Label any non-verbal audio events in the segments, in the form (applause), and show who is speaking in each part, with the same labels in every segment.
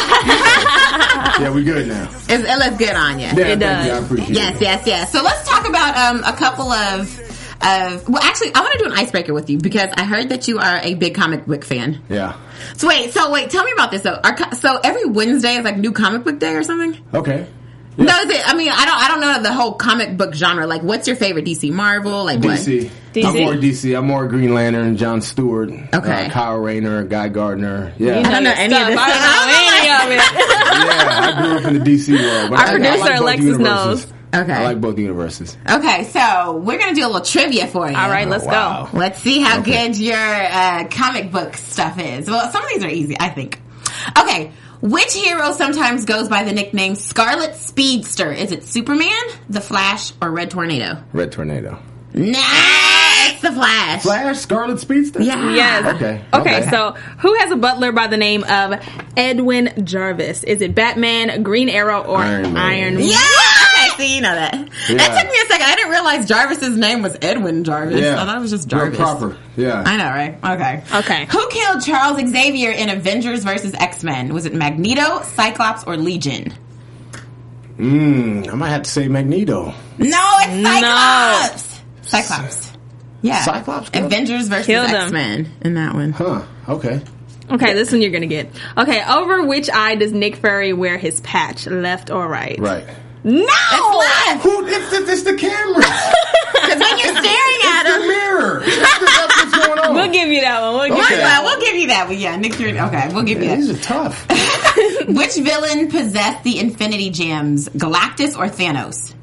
Speaker 1: yeah, we good now.
Speaker 2: It's- it looks good on you.
Speaker 1: Yeah,
Speaker 3: It
Speaker 1: thank
Speaker 3: does.
Speaker 1: you. I appreciate
Speaker 2: Yes,
Speaker 1: it.
Speaker 2: yes, yes. So let's talk about um, a couple of. Of, well, actually, I want to do an icebreaker with you because I heard that you are a big comic book fan.
Speaker 1: Yeah.
Speaker 2: So wait, so wait, tell me about this though. Our, co- so every Wednesday is like new comic book day or something.
Speaker 1: Okay.
Speaker 2: No, is it? I mean, I don't, I don't know the whole comic book genre. Like, what's your favorite DC Marvel? Like,
Speaker 1: DC.
Speaker 3: DC?
Speaker 1: I'm more DC. I'm more Green Lantern, John Stewart,
Speaker 2: Okay.
Speaker 1: uh, Kyle Rayner, Guy Gardner. Yeah.
Speaker 2: don't know
Speaker 3: your
Speaker 2: any of
Speaker 3: stuff.
Speaker 2: this
Speaker 3: I don't know any of it.
Speaker 1: yeah, I grew up in the DC world.
Speaker 3: (laughs)
Speaker 1: But
Speaker 3: Our
Speaker 1: I,
Speaker 3: producer,
Speaker 1: I like both
Speaker 3: Alexis,
Speaker 1: universes.
Speaker 2: knows. Okay.
Speaker 1: I like both universes.
Speaker 2: what? Okay, so we're gonna do a little trivia for you.
Speaker 3: All right, let's
Speaker 1: Wow.
Speaker 3: go.
Speaker 2: Let's see how good your uh, comic book stuff is. Well, some of these are easy, I think. Okay, which hero sometimes goes by the nickname Scarlet Speedster? Is it Superman, The Flash, or Red Tornado?
Speaker 1: Red Tornado.
Speaker 2: Nah, it's The Flash.
Speaker 1: Flash, Scarlet Speedster.
Speaker 2: Yeah.
Speaker 3: Yes.
Speaker 1: Okay,
Speaker 3: Okay,
Speaker 1: okay.
Speaker 3: so who has a butler by the name of Edwin Jarvis? Is it Batman, Green Arrow, or Iron
Speaker 1: Iron
Speaker 3: Man?
Speaker 1: Man.
Speaker 2: Yeah. Okay, see, (laughs) you know that. That
Speaker 1: Yeah.
Speaker 2: took me a second. I didn't realize Jarvis's name was Edwin Jarvis.
Speaker 1: Yeah.
Speaker 2: I thought it was just
Speaker 1: Real
Speaker 2: Jarvis.
Speaker 1: proper. Yeah.
Speaker 2: I know, right? Okay.
Speaker 3: Okay.
Speaker 2: Who killed Charles Xavier in Avengers versus X Men? Was it Magneto, Cyclops, or Legion?
Speaker 1: Mm, I might have to say Magneto.
Speaker 2: No, it's Cyclops. Cyclops. Yeah.
Speaker 1: Cyclops killed him?
Speaker 2: Avengers versus
Speaker 3: Killed him.
Speaker 2: X Men in that one.
Speaker 1: Huh. Okay.
Speaker 3: Okay, this one you're gonna get. Okay, over which eye does Nick Fury wear his patch, left or right?
Speaker 1: Right.
Speaker 3: No.
Speaker 2: It's left
Speaker 1: Who? It's, it's, it's the camera.
Speaker 2: because when you're staring at (laughs)
Speaker 1: (laughs) it's the
Speaker 2: him.
Speaker 1: mirror. That's, that's what's going on.
Speaker 3: We'll give you that one. We'll give
Speaker 2: Well,
Speaker 3: you
Speaker 1: Okay.
Speaker 3: that.
Speaker 2: we'll give you that. one. Yeah, Nick Fury. Okay, we'll give you that.
Speaker 1: These are tough.
Speaker 2: Which villain possessed the Infinity Gems, Galactus or Thanos?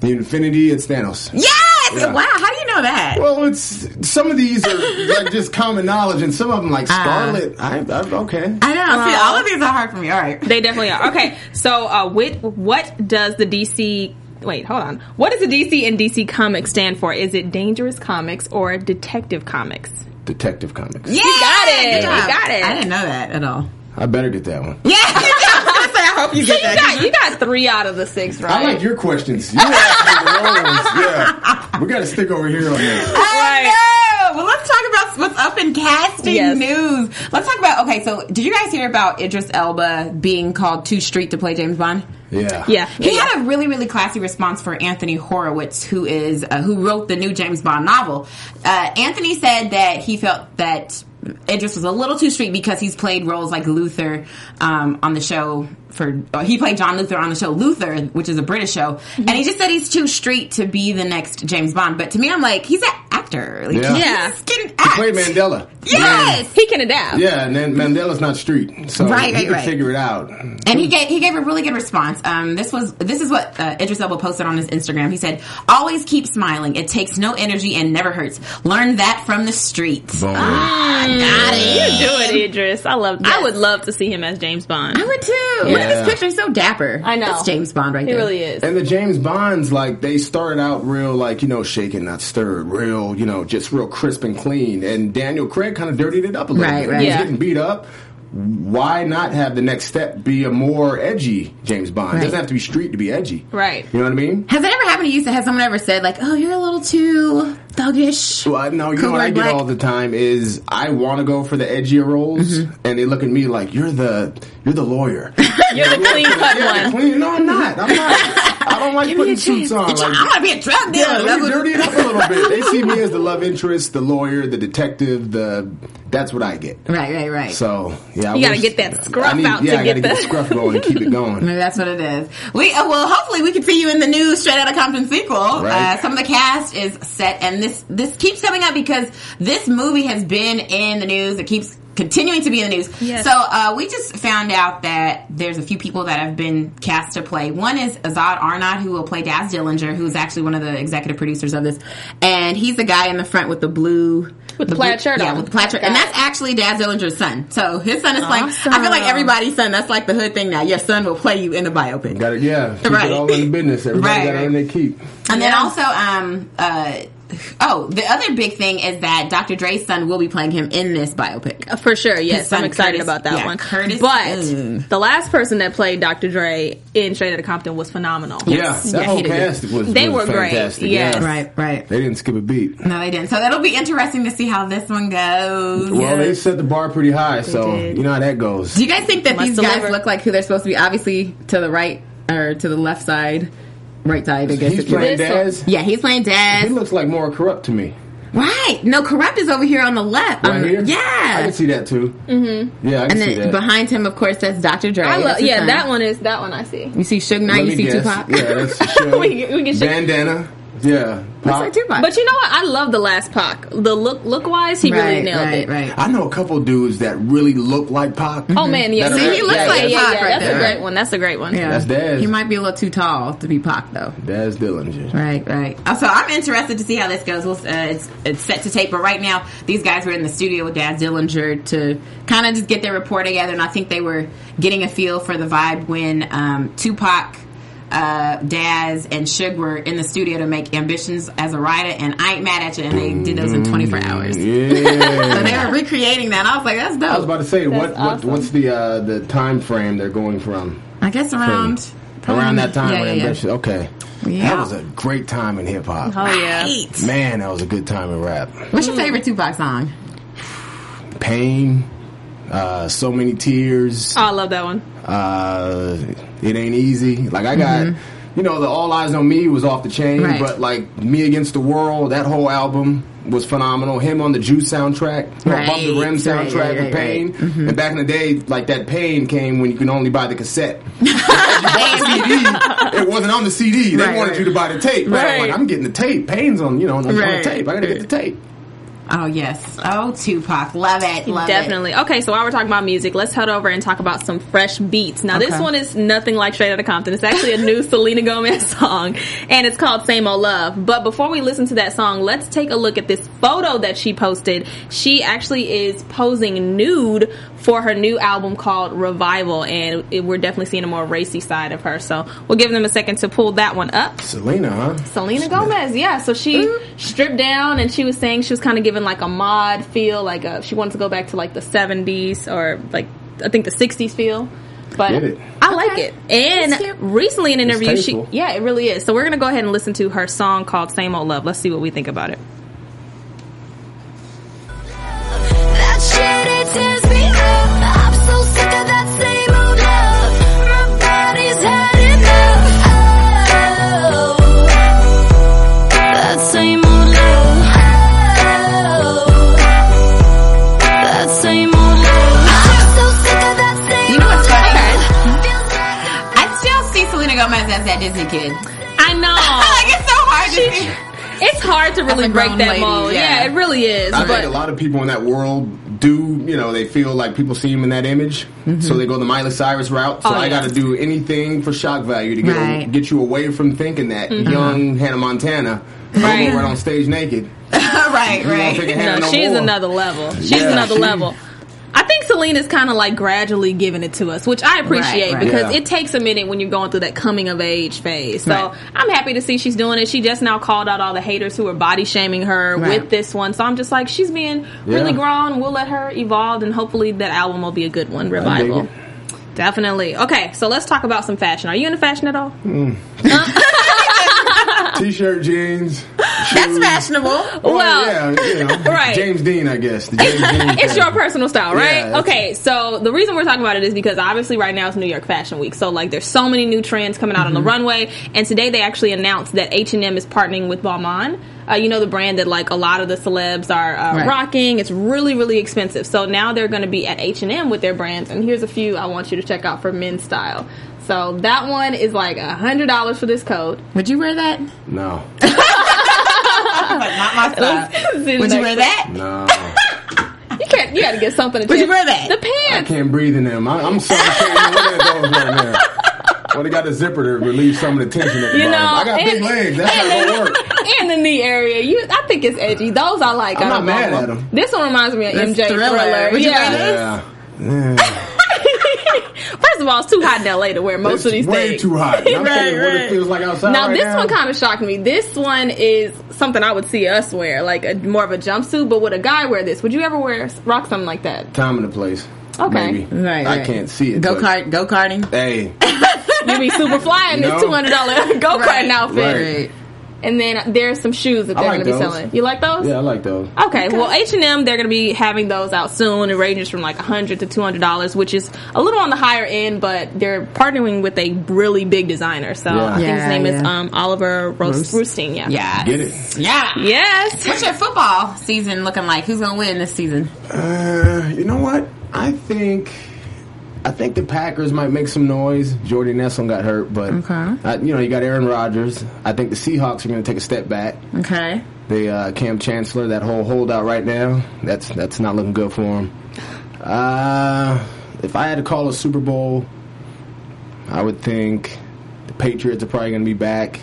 Speaker 1: the Infinity. It's Thanos.
Speaker 2: Yes!
Speaker 1: Yeah.
Speaker 2: Wow, how do you know that?
Speaker 1: Well, it's some of these are like just common knowledge, and some of them like
Speaker 2: Ah.
Speaker 1: Scarlet. I, I okay.
Speaker 2: I know. See, all of these are hard for me. All right.
Speaker 3: They definitely are. Okay, so uh, with, what does the DC? Wait, hold on. What does the DC and DC Comics stand for? Is it Dangerous Comics or Detective Comics?
Speaker 1: Detective Comics.
Speaker 2: Yeah,
Speaker 3: got it.
Speaker 2: good
Speaker 3: You
Speaker 2: job.
Speaker 3: got it.
Speaker 2: I didn't know that at all.
Speaker 1: I better get that one.
Speaker 2: Yeah, (laughs)
Speaker 3: (laughs)
Speaker 2: I say I hope you get
Speaker 3: You
Speaker 2: that.
Speaker 3: got, you got three out of the six, right?
Speaker 1: I like your questions. You asked me the wrong ones. Yeah. We got to stick over here on
Speaker 2: (laughs)
Speaker 1: this.
Speaker 3: Right.
Speaker 2: I know. Well, let's talk about what's up in casting
Speaker 3: Yes.
Speaker 2: news. Let's talk about. Okay, so did you guys hear about Idris Elba being called to street to play James Bond?
Speaker 1: Yeah.
Speaker 3: Yeah.
Speaker 2: He had a really, really classy response for Anthony Horowitz, who is uh, who wrote the new James Bond novel. Uh, Anthony said that he felt that Idris was a little too street because he's played roles like Luther um, on the show. For uh, he played John Luther on the show Luther, which is a British show, and he just said he's too street to be the next James Bond. But to me, I'm like, he's an actor. Like,
Speaker 1: Yeah.
Speaker 3: Yeah.
Speaker 2: he's getting
Speaker 1: He
Speaker 2: act.
Speaker 1: played Mandela.
Speaker 2: Yes,
Speaker 3: He can adapt.
Speaker 1: Yeah, and then Mandela's not street, so
Speaker 2: Right,
Speaker 1: he
Speaker 2: right,
Speaker 1: can
Speaker 2: right.
Speaker 1: figure it out.
Speaker 2: And he gave he gave a really good response. Um, this was this is what uh, Idris Elba posted on his Instagram. He said, "Always keep smiling. It takes no energy and never hurts. Learn that from the streets."
Speaker 1: Boom.
Speaker 2: Ah, got it.
Speaker 3: Do it, Idris. I love. I would love to see him as James Bond.
Speaker 2: I would too. Look at
Speaker 1: Yeah.
Speaker 2: this picture. He's so dapper.
Speaker 3: I know.
Speaker 2: That's James Bond right
Speaker 3: He
Speaker 2: there.
Speaker 3: really is.
Speaker 1: And the James Bonds, like they started out real, like you know, shaken not stirred, real, you know, just real crisp and clean. And Daniel Craig kind of dirtied it up a little
Speaker 2: Right,
Speaker 1: bit.
Speaker 2: right.
Speaker 1: He was
Speaker 3: Yeah.
Speaker 1: getting beat up. Why not have the next step be a more edgy James Bond? It
Speaker 2: Right.
Speaker 1: doesn't have to be street to be edgy.
Speaker 3: Right.
Speaker 1: You know what I mean?
Speaker 2: Has it ever happened to you? Has someone ever said like, "Oh, you're a little too thuggish"?
Speaker 1: Well, I- no, you know
Speaker 2: Code
Speaker 1: what I
Speaker 2: Red
Speaker 1: get
Speaker 2: Black?
Speaker 1: all the time is I want to go for the edgier roles,
Speaker 2: Mm-hmm.
Speaker 1: and they look at me like you're the you're
Speaker 2: (laughs)
Speaker 1: the lawyer.
Speaker 3: You're the clean cut
Speaker 1: yeah, the
Speaker 3: one.
Speaker 1: clean. No, I'm not. I'm not. I
Speaker 3: (laughs)
Speaker 1: don't like putting suits on.
Speaker 2: Did you-
Speaker 1: Like,
Speaker 2: I'm gonna be a drug dealer.
Speaker 1: yeah, let
Speaker 2: That's
Speaker 1: me
Speaker 2: what-
Speaker 1: dirty it up a little bit. They see me as the love interest, the lawyer, the detective. The that's what I get.
Speaker 2: Right, right, right.
Speaker 1: So yeah, I
Speaker 3: You gotta
Speaker 1: wish-
Speaker 3: get that scruff
Speaker 1: I need-
Speaker 3: out
Speaker 1: Yeah,
Speaker 3: to
Speaker 1: I
Speaker 3: get
Speaker 1: gotta
Speaker 3: the-
Speaker 1: get the scruff going and keep it going.
Speaker 2: (laughs) Maybe that's what it is. We uh, well, hopefully, we can see you in the new Straight Outta Compton sequel.
Speaker 1: Right.
Speaker 2: Uh, some of the cast is set, and this this keeps coming up because this movie has been in the news. It keeps continuing to be in the news.
Speaker 3: Yes.
Speaker 2: So uh, we just found out that there's a few people that have been cast to play. One is Azad Arnott, who will play Daz Dillinger, who's actually one of the executive producers of this, and he's the guy in the front with the blue.
Speaker 3: With
Speaker 2: the
Speaker 3: plaid
Speaker 2: blue-
Speaker 3: shirt
Speaker 2: yeah,
Speaker 3: on.
Speaker 2: with the plaid shirt, and
Speaker 3: Got it.
Speaker 2: that's actually Daz Dillinger's son. So his son is like, I feel like
Speaker 3: Awesome.
Speaker 2: everybody's son. That's like the hood thing now. Your son will play you in the biopic.
Speaker 1: Got it. Yeah, keep
Speaker 2: Right.
Speaker 1: it all in the business. Everybody
Speaker 2: Right,
Speaker 1: got
Speaker 2: right.
Speaker 1: it in their keep.
Speaker 2: And then also, um, uh, oh, the other big thing is that Dr. Dre's son will be playing him in this biopic.
Speaker 3: For sure, yes,
Speaker 2: son,
Speaker 3: I'm excited
Speaker 2: Curtis-
Speaker 3: about that
Speaker 2: yeah,
Speaker 3: one.
Speaker 2: Curtis-
Speaker 3: but
Speaker 2: mm.
Speaker 3: the last person that played Dr. Dre in Straight Outta Compton was phenomenal.
Speaker 1: Yeah, that
Speaker 2: Yeah,
Speaker 1: whole
Speaker 2: he did good.
Speaker 1: cast was
Speaker 3: They
Speaker 1: was
Speaker 3: were great,
Speaker 1: fantastic.
Speaker 3: yes.
Speaker 1: Yeah.
Speaker 2: Right, right.
Speaker 1: They didn't skip a beat.
Speaker 2: No, they didn't. So that'll be interesting to see how this one goes.
Speaker 1: Well, they set the bar pretty high, so
Speaker 3: did.
Speaker 1: you know how that goes.
Speaker 2: Do you guys think that
Speaker 3: Must
Speaker 2: these guys
Speaker 3: deliver.
Speaker 2: look like who they're supposed to be? Obviously, to the right or to the left side, right side. I guess.
Speaker 1: He's
Speaker 2: if you will.
Speaker 1: playing
Speaker 3: This
Speaker 1: Daz.
Speaker 2: yeah, he's playing
Speaker 1: He
Speaker 2: Daz.
Speaker 1: looks like more corrupt to me.
Speaker 2: right. No, corrupt is over here on the left.
Speaker 1: Right
Speaker 2: Um,
Speaker 1: here. I
Speaker 2: Yeah.
Speaker 1: can see that too. Mm-hmm. Yeah, I can
Speaker 2: And
Speaker 1: see
Speaker 2: then
Speaker 1: that.
Speaker 2: behind him, of course, that's Dr. Dre.
Speaker 3: I love.
Speaker 2: That's his
Speaker 3: Yeah,
Speaker 2: son.
Speaker 3: that one is that one. I see.
Speaker 2: You see Suge Knight,
Speaker 1: Let
Speaker 2: you
Speaker 1: me
Speaker 2: see
Speaker 1: guess.
Speaker 2: Tupac. (laughs)
Speaker 1: Yeah, that's sure.
Speaker 3: We can- we can shake-
Speaker 1: bandana. Yeah,
Speaker 2: Looks
Speaker 1: Pop.
Speaker 2: like Tupac.
Speaker 3: But you know what? I love the last Pac. The look look wise, he really
Speaker 2: Right,
Speaker 3: nailed
Speaker 2: right,
Speaker 3: it.
Speaker 2: right.
Speaker 1: I know a couple dudes that really look like Pop.
Speaker 3: Oh man, yeah.
Speaker 1: See, he looks
Speaker 3: yeah,
Speaker 1: like
Speaker 3: yeah,
Speaker 2: Pac
Speaker 3: yeah,
Speaker 2: right
Speaker 3: That's
Speaker 2: there.
Speaker 3: a great one. That's a great one.
Speaker 2: Yeah.
Speaker 1: That's Daz.
Speaker 2: He might be a little too tall to be Pac, though.
Speaker 1: Daz Dillinger.
Speaker 2: Right, right. Uh, So I'm interested to see how this goes. We'll, uh, it's it's set to tape, but right now these guys were in the studio with Daz Dillinger to kind of just get their rapport together, and I think they were getting a feel for the vibe when um, Tupac, uh, Daz, and Suge were in the studio to make Ambitions as a Writer and I Ain't Mad at You, and they did those in 24 hours. So (laughs)
Speaker 1: Yeah.
Speaker 2: they were recreating that. I was like, that's dope.
Speaker 1: Mm-hmm. I was about to say what, what
Speaker 3: awesome.
Speaker 1: what's the uh, the time frame they're going from
Speaker 2: I guess around
Speaker 1: around that time
Speaker 2: Oh, Yeah,
Speaker 1: frame.
Speaker 2: yeah,
Speaker 1: That's- Okay,
Speaker 2: Yeah.
Speaker 1: that was a great time in hip hop.
Speaker 3: Oh
Speaker 2: yeah.
Speaker 3: yeah.
Speaker 2: Eight.
Speaker 1: Man, that was a good time in rap.
Speaker 2: What's your favorite Tupac (laughs) song?
Speaker 1: Pain, uh, so many tears.
Speaker 3: Oh, I love that one.
Speaker 1: Uh, it ain't easy. Like I got, you know, the All Eyes on Me was off the chain,
Speaker 2: Mm-hmm. Right.
Speaker 1: but like Me Against the World, that whole album was phenomenal. Him on the Juice soundtrack, you know, Above the
Speaker 2: Right,
Speaker 1: Rim
Speaker 2: right,
Speaker 1: soundtrack,
Speaker 2: right, right, Mm-hmm.
Speaker 1: the Pain. And back in the day, like that Pain came when you can only buy the
Speaker 2: (laughs)
Speaker 1: cassette. If you bought the CD, it wasn't on the CD. They
Speaker 2: Right,
Speaker 1: wanted
Speaker 2: right.
Speaker 1: you to buy the tape. But I'm
Speaker 3: Right.
Speaker 1: like, I'm getting the tape. Pain's on, you know, on, on
Speaker 2: Right.
Speaker 1: the tape. I gotta get the tape.
Speaker 2: Oh yes. Oh Tupac. Love it. Love it.
Speaker 3: Definitely. Okay, so while we're talking about music, let's head over and talk about some fresh beats. Now, this
Speaker 2: Okay.
Speaker 3: one is nothing like Straight Outta Compton. It's actually
Speaker 2: (laughs)
Speaker 3: a new Selena Gomez song, and it's called Same Old Love. But before we listen to that song, let's take a look at this photo that she posted. She actually is posing nude for her new album called Revival, and it, we're definitely seeing a more racy side of her. So we'll give them a second to pull that one up.
Speaker 1: Selena, huh?
Speaker 3: Selena Gomez, yeah. So she
Speaker 2: Mm-hmm.
Speaker 3: stripped down and she was saying she was kind of giving like a mod feel, like a, she wanted to go back to like the 70s or like I think the 60s feel. But
Speaker 1: Get it.
Speaker 3: I like it.
Speaker 2: That's cute.
Speaker 3: And recently in an interview, she
Speaker 1: tasteful.
Speaker 3: yeah, it really is. So we're gonna go ahead and listen to her song called "Same Old Love." Let's see what we think about it.
Speaker 4: That shit, it tears me up. I'm so sick of that same old love. My body's had enough. Oh, that same old love. Oh, that same old love. I'm so sick of that same
Speaker 2: You know what's funny?
Speaker 4: Feels like I'm
Speaker 2: I still see Selena Gomez as that Disney kid.
Speaker 3: I
Speaker 2: like
Speaker 3: know
Speaker 2: it's so hard to see.
Speaker 3: (laughs)
Speaker 2: (laughs)
Speaker 3: it's hard to really
Speaker 2: a
Speaker 3: break
Speaker 2: grown
Speaker 3: that
Speaker 2: lady,
Speaker 3: mold.
Speaker 2: yeah.
Speaker 3: Yeah. it really is.
Speaker 1: I
Speaker 3: but
Speaker 1: think a lot of people in that world do, you know, they feel like people see him in that image, so they go the Miley Cyrus route. So
Speaker 3: Mm-hmm. Oh,
Speaker 1: I
Speaker 3: yeah.
Speaker 1: got to do anything for shock value to get
Speaker 2: Right.
Speaker 1: get you away from thinking that young Hannah Montana
Speaker 3: Mm-hmm. Right.
Speaker 1: right. right on stage naked.
Speaker 2: right,
Speaker 1: You don't
Speaker 2: right.
Speaker 1: think of Hannah
Speaker 3: no,
Speaker 1: no
Speaker 3: she's
Speaker 1: more.
Speaker 3: another level. She's
Speaker 1: Yeah,
Speaker 3: another
Speaker 1: she-
Speaker 3: level. I think Selena's kind of like gradually giving it to us, which I appreciate
Speaker 2: right.
Speaker 3: because
Speaker 1: Yeah.
Speaker 3: it takes a minute when you're going through that coming of age phase. So
Speaker 2: Right.
Speaker 3: I'm happy to see she's doing it. She just now called out all the haters who are body shaming her
Speaker 2: Right.
Speaker 3: with this one. So I'm just like, she's being really
Speaker 1: Yeah.
Speaker 3: grown. We'll let her evolve, and hopefully that album will be a good one. Revival.
Speaker 1: it.
Speaker 3: Definitely. Okay, so let's talk about some fashion. Are you into fashion at all? (laughs)
Speaker 1: T-shirt, jeans.
Speaker 2: That's fashionable.
Speaker 1: Oh,
Speaker 3: Well,
Speaker 1: yeah, you know,
Speaker 3: (laughs) right.
Speaker 1: James Dean, I guess. The James
Speaker 3: (laughs)
Speaker 1: Dean
Speaker 3: it's
Speaker 1: thing.
Speaker 3: your personal style,
Speaker 1: Yeah,
Speaker 3: right?
Speaker 1: that's-
Speaker 3: okay, so the reason we're talking about it is because obviously right now it's New York Fashion Week, so like there's so many new trends coming out on the
Speaker 2: Mm-hmm.
Speaker 3: runway, and today they actually announced that H and M is partnering with Balmain. Uh, you know the brand that like a lot of the celebs are uh,
Speaker 2: Right.
Speaker 3: rocking. It's really really expensive, so now they're going to be at H and M with their brands. And here's a few I want you to check out for men's style. So that one is like a hundred dollars for this coat.
Speaker 2: Would you wear that?
Speaker 3: (laughs)
Speaker 1: No,
Speaker 2: Oh, But not my style. Would you wear that?
Speaker 1: no.
Speaker 3: You can't. You got to get something. To
Speaker 2: Would you
Speaker 3: check.
Speaker 2: wear that?
Speaker 3: The
Speaker 1: I
Speaker 3: pants.
Speaker 1: can't breathe in them. I, I'm sorry. I can't even look at those right now. Well, they got a zipper to relieve some of the tension at the
Speaker 3: You
Speaker 1: bottom.
Speaker 3: know,
Speaker 1: I got big
Speaker 3: and-
Speaker 1: legs. That's not gonna
Speaker 3: (laughs)
Speaker 1: work.
Speaker 3: in the knee area. You, I think it's edgy. Those I like.
Speaker 1: I'm
Speaker 3: I
Speaker 1: not
Speaker 3: don't
Speaker 1: mad
Speaker 3: know.
Speaker 1: at 'em.
Speaker 3: This one reminds me of
Speaker 2: That's
Speaker 3: MJ Thriller.
Speaker 2: Thriller. Would you wear
Speaker 3: yeah.
Speaker 2: that?
Speaker 1: Yeah. yeah.
Speaker 3: First of all, it's too hot in LA to wear most
Speaker 1: It's
Speaker 3: of these
Speaker 1: way
Speaker 3: things.
Speaker 1: too
Speaker 3: (laughs)
Speaker 1: hot. And I'm
Speaker 2: Right,
Speaker 1: thinking what
Speaker 2: right.
Speaker 1: it feels like outside.
Speaker 3: Now
Speaker 1: right
Speaker 3: this one kind of shocked me. This one is something I would see us wear, like a, more of a jumpsuit. But would a guy wear this? Would you ever wear rock something like that?
Speaker 1: Time and the place.
Speaker 3: Okay.
Speaker 1: Maybe.
Speaker 2: Right,
Speaker 1: I
Speaker 2: right.
Speaker 1: can't see it.
Speaker 2: Go
Speaker 1: but-
Speaker 2: kart, go karting.
Speaker 1: Hey,
Speaker 3: You'd be super fly in this
Speaker 1: No.
Speaker 3: two hundred dollar (laughs) go karting
Speaker 2: Right.
Speaker 3: outfit.
Speaker 1: Right.
Speaker 3: And then there's some shoes that
Speaker 1: I
Speaker 3: they're
Speaker 1: like
Speaker 3: going to be
Speaker 1: those.
Speaker 3: selling. You like those?
Speaker 1: yeah, I like those.
Speaker 3: Okay, well, H and M they're going to be having those out soon. It ranges from like a hundred to two hundred dollars, which is a little on the higher end, but they're partnering with a really big designer. So
Speaker 1: Yeah.
Speaker 3: I think his
Speaker 2: Yeah,
Speaker 3: name is
Speaker 2: yeah.
Speaker 3: um, Oliver Roos- Roosting. Yeah.
Speaker 2: Yeah.
Speaker 1: Get it?
Speaker 2: Yeah.
Speaker 3: Yes.
Speaker 2: What's your football season looking like? Who's gonna win this season?
Speaker 1: Uh, you know what? I think I think the Packers might make some noise. Jordy Nelson got hurt, but
Speaker 2: Okay.
Speaker 1: uh, you know you got Aaron Rodgers. I think the Seahawks are going to take a step back.
Speaker 2: Okay.
Speaker 1: They uh, Cam Chancellor, that whole holdout right now, that's that's not looking good for him. Uh, if I had to call a Super Bowl, I would think the Patriots are probably going to be back.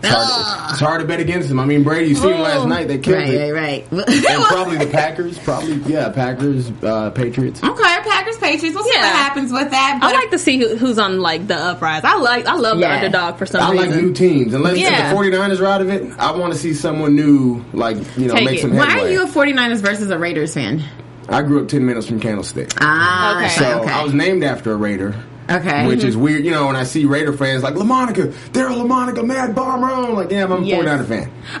Speaker 1: It's hard,
Speaker 2: Ah.
Speaker 1: to, it's hard to bet against them. I mean, Brady, you seen last night they killed
Speaker 2: Right,
Speaker 1: it.
Speaker 2: right, right.
Speaker 1: And probably the Packers. Probably, yeah, Packers, uh, Patriots.
Speaker 2: okay, Packers, Patriots. We'll see
Speaker 3: Yeah.
Speaker 2: what happens with that.
Speaker 3: I like to see who, who's on like the uprise. I like I love
Speaker 2: Yeah.
Speaker 3: the underdog for some
Speaker 1: I like
Speaker 3: reason.
Speaker 1: new teams. Unless
Speaker 3: Yeah.
Speaker 1: if the 49ers are out of it, I want to see someone new, like, you know,
Speaker 3: Take
Speaker 1: make
Speaker 3: it.
Speaker 1: some headway.
Speaker 2: why are you a 49ers versus a Raiders fan?
Speaker 1: I grew up 10 minutes from Candlestick.
Speaker 2: Ah,
Speaker 3: Okay.
Speaker 2: okay.
Speaker 1: so
Speaker 2: (laughs) okay.
Speaker 1: I was named after a Raider.
Speaker 2: okay. Mm-hmm.
Speaker 1: Which is weird, you know, when I see Raider fans like LaMonica, they're a LaMonica Mad Bomber. I'm like, yeah, I'm a
Speaker 3: Yes.
Speaker 1: 49er fan.
Speaker 3: Wait,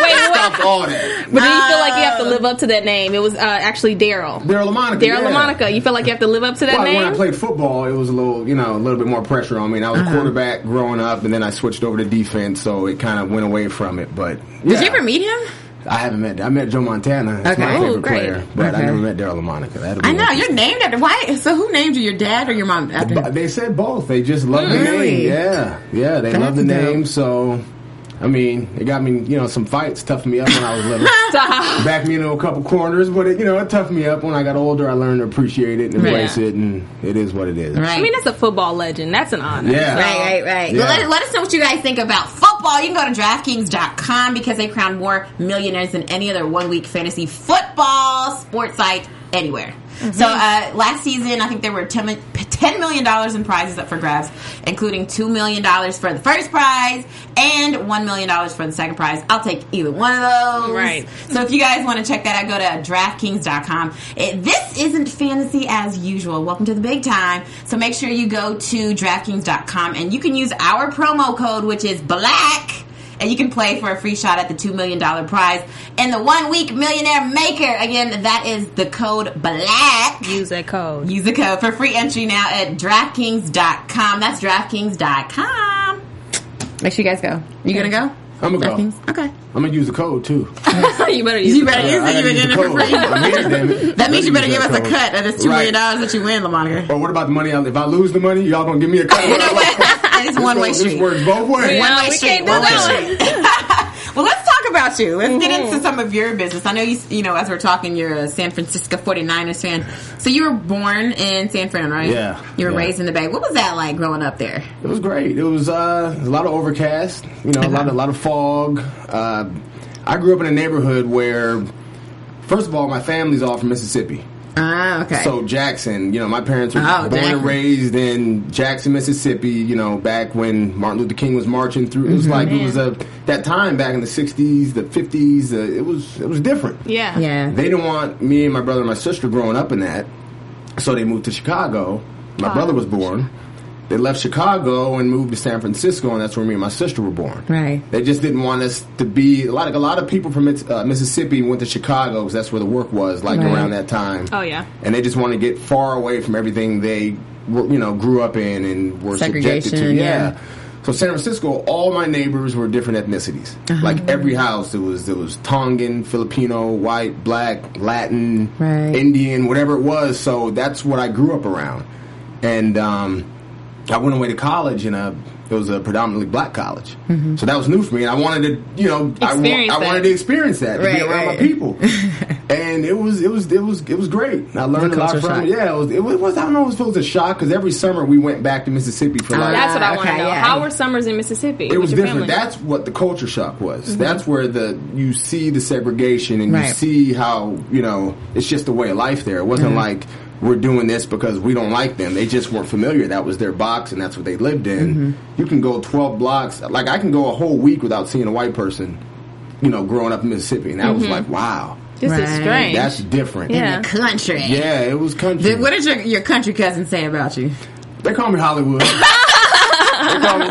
Speaker 2: (laughs)
Speaker 3: wait.
Speaker 1: Stop all that.
Speaker 3: But do you feel like you have to live up to that name? It was uh, actually Daryl.
Speaker 1: They're a LaMonica.
Speaker 3: Daryl
Speaker 1: yeah.
Speaker 3: LaMonica. You feel like you have to live up to that
Speaker 1: Well,
Speaker 3: name?
Speaker 1: when I played football, it was a little, you know, a little bit more pressure on me. And I was
Speaker 2: Uh-huh.
Speaker 1: a quarterback growing up, and then I switched over to defense, so it kind of went away from it. But
Speaker 2: Did you ever meet him?
Speaker 1: I haven't met. I met Joe Montana. He's
Speaker 2: Okay.
Speaker 1: my
Speaker 2: Ooh,
Speaker 1: favorite
Speaker 3: great.
Speaker 1: player, but I
Speaker 2: Okay.
Speaker 1: never met Daryl LaMonica. That'd be
Speaker 2: I know
Speaker 1: interesting.
Speaker 2: you're named after why? So who named you? Your dad or your mom? After
Speaker 1: But They said both. They just love the
Speaker 2: Really?
Speaker 1: name. Yeah, yeah. They love the
Speaker 2: That's dope.
Speaker 1: name. So, I mean, it got me. You know, some fights toughened me up when I
Speaker 2: (laughs)
Speaker 1: was little.
Speaker 3: Stop.
Speaker 1: Backed me into a couple corners, but it, you know, it toughened me up. When I got older, I learned to appreciate it and embrace
Speaker 3: Yeah.
Speaker 1: it, and it is what it is.
Speaker 2: right.
Speaker 3: I mean, that's a football legend. That's an honor.
Speaker 1: Yeah.
Speaker 2: Right, right, right.
Speaker 1: Yeah.
Speaker 2: Well, let, let us know what you guys think about football. You can go to DraftKings.com because they crown more millionaires than any other one week fantasy football sports site anywhere. So uh, last season, I think there were 10, mi- $10 million in prizes up for grabs, including $2 million for the first prize and $1 million for the second prize. I'll take either one of those.
Speaker 3: Right.
Speaker 2: So if you guys want to check that out, go to DraftKings.com. It, this isn't fantasy as usual. Welcome to the big time. So make sure you go to DraftKings.com and you can use our promo code, which is BLACK. And you can play for a free shot at the $2 million prize and the one week millionaire maker. Again, that is the code BLACK.
Speaker 3: Use that code.
Speaker 2: Use the code for free entry now at DraftKings.com. That's DraftKings.com. Make sure you guys go. You gonna go?
Speaker 1: I'm gonna go.
Speaker 2: DraftKings? Okay.
Speaker 1: I'm gonna use the
Speaker 2: (laughs)
Speaker 1: code too.
Speaker 3: (laughs) you better use
Speaker 2: You
Speaker 3: it.
Speaker 2: better
Speaker 1: Yeah, I
Speaker 2: use it. You been
Speaker 1: gotta use the
Speaker 2: in it for
Speaker 1: code.
Speaker 2: (laughs) free.
Speaker 1: I'm here, damn it.
Speaker 2: That means
Speaker 1: Better
Speaker 2: you better
Speaker 1: use
Speaker 2: give
Speaker 1: that
Speaker 2: us a
Speaker 1: code.
Speaker 2: cut of this two million
Speaker 1: Right.
Speaker 2: dollars that you win, (laughs) Lamonica.
Speaker 1: Or what about the money? I, if I lose the money, y'all gonna give me a cut?
Speaker 2: You know
Speaker 1: (laughs)
Speaker 2: what? It's one way
Speaker 1: This
Speaker 2: street.
Speaker 1: works both ways.
Speaker 3: Yeah.
Speaker 2: One way
Speaker 3: we
Speaker 2: street.
Speaker 3: can't do
Speaker 2: One way
Speaker 3: that Mm-hmm.
Speaker 2: street. (laughs) Well, let's talk about you. Let's get into some of your business. I know you, you know, as we're talking, you're a San Francisco 49ers fan. So you were born in San Fran, right?
Speaker 1: Yeah.
Speaker 2: You were
Speaker 1: Yeah.
Speaker 2: raised in the Bay. What was that like growing up there?
Speaker 1: It was great. It was uh, a lot of overcast. You know, a lot of a lot of fog. Uh, I grew up in a neighborhood where, first of all, my family's all from Mississippi.
Speaker 2: Ah, okay.
Speaker 1: So Jackson, you know, my parents were
Speaker 2: Oh,
Speaker 1: born
Speaker 2: Jackson.
Speaker 1: and raised in Jackson, Mississippi. You know, back when Martin Luther King was marching through,
Speaker 2: Mm-hmm.
Speaker 1: it was like it was a that time back in the '60s, the '50s. Uh, it was it was different.
Speaker 3: Yeah.
Speaker 2: yeah.
Speaker 1: They didn't want me and my brother and my sister growing up in that, so they moved to Chicago. My brother was born. They left Chicago and moved to San Francisco, and that's where me and my sister were born.
Speaker 2: Right.
Speaker 1: They just didn't want us to be like a lot of people from uh, Mississippi went to Chicago because that's where the work was, like
Speaker 2: Right.
Speaker 1: around that time.
Speaker 3: Oh, yeah.
Speaker 1: And they just want to get far away from everything they were, you know grew up in and were subjected to.
Speaker 2: Segregation, yeah.
Speaker 1: So San Francisco, all my neighbors were different ethnicities.
Speaker 2: Uh-huh.
Speaker 1: Like every house, there was there was Tongan, Filipino, white, black, Latin,
Speaker 2: Right.
Speaker 1: Indian, whatever it was. So that's what I grew up around. And um, I went away to college in a it was a predominantly black college.
Speaker 2: Mm-hmm.
Speaker 1: So that was new for me, and I wanted to you know I, wa-
Speaker 3: Experience
Speaker 1: I
Speaker 3: that.
Speaker 1: wanted to experience that to
Speaker 2: Right,
Speaker 1: be around
Speaker 2: right. (laughs)
Speaker 1: my people. and it was it was it was it was great. I learned
Speaker 2: The
Speaker 1: a lot
Speaker 2: culture
Speaker 1: from
Speaker 2: shock.
Speaker 1: it. Yeah, it was, it was I don't know if it was a shock because every summer we went back to Mississippi for like
Speaker 3: That's what I
Speaker 2: Ah,
Speaker 3: want to
Speaker 2: okay,
Speaker 3: know.
Speaker 2: yeah.
Speaker 3: How were summers in Mississippi?
Speaker 1: it
Speaker 3: with
Speaker 1: was
Speaker 3: your
Speaker 1: different.
Speaker 3: family? Mm-hmm.
Speaker 1: That's what the culture shock was. That's where the you see the segregation and
Speaker 2: Right.
Speaker 1: you see how you know it's just the way of life there. It wasn't
Speaker 3: Mm-hmm.
Speaker 1: like we're doing this because we don't like them. They just weren't familiar. That was their box and that's what they lived in.
Speaker 3: Mm-hmm.
Speaker 1: You can go twelve blocks. Like I can go a whole week without seeing a white person. You know, growing up in Mississippi, and I was like, wow,
Speaker 3: This is
Speaker 2: Right.
Speaker 3: strange.
Speaker 1: that's different.
Speaker 3: Mm-hmm. Yeah.
Speaker 2: The country.
Speaker 1: Yeah, it was country.
Speaker 2: Did- What did your, your country cousin say about you?
Speaker 1: they call me
Speaker 3: (laughs)
Speaker 1: Hollywood. they call me,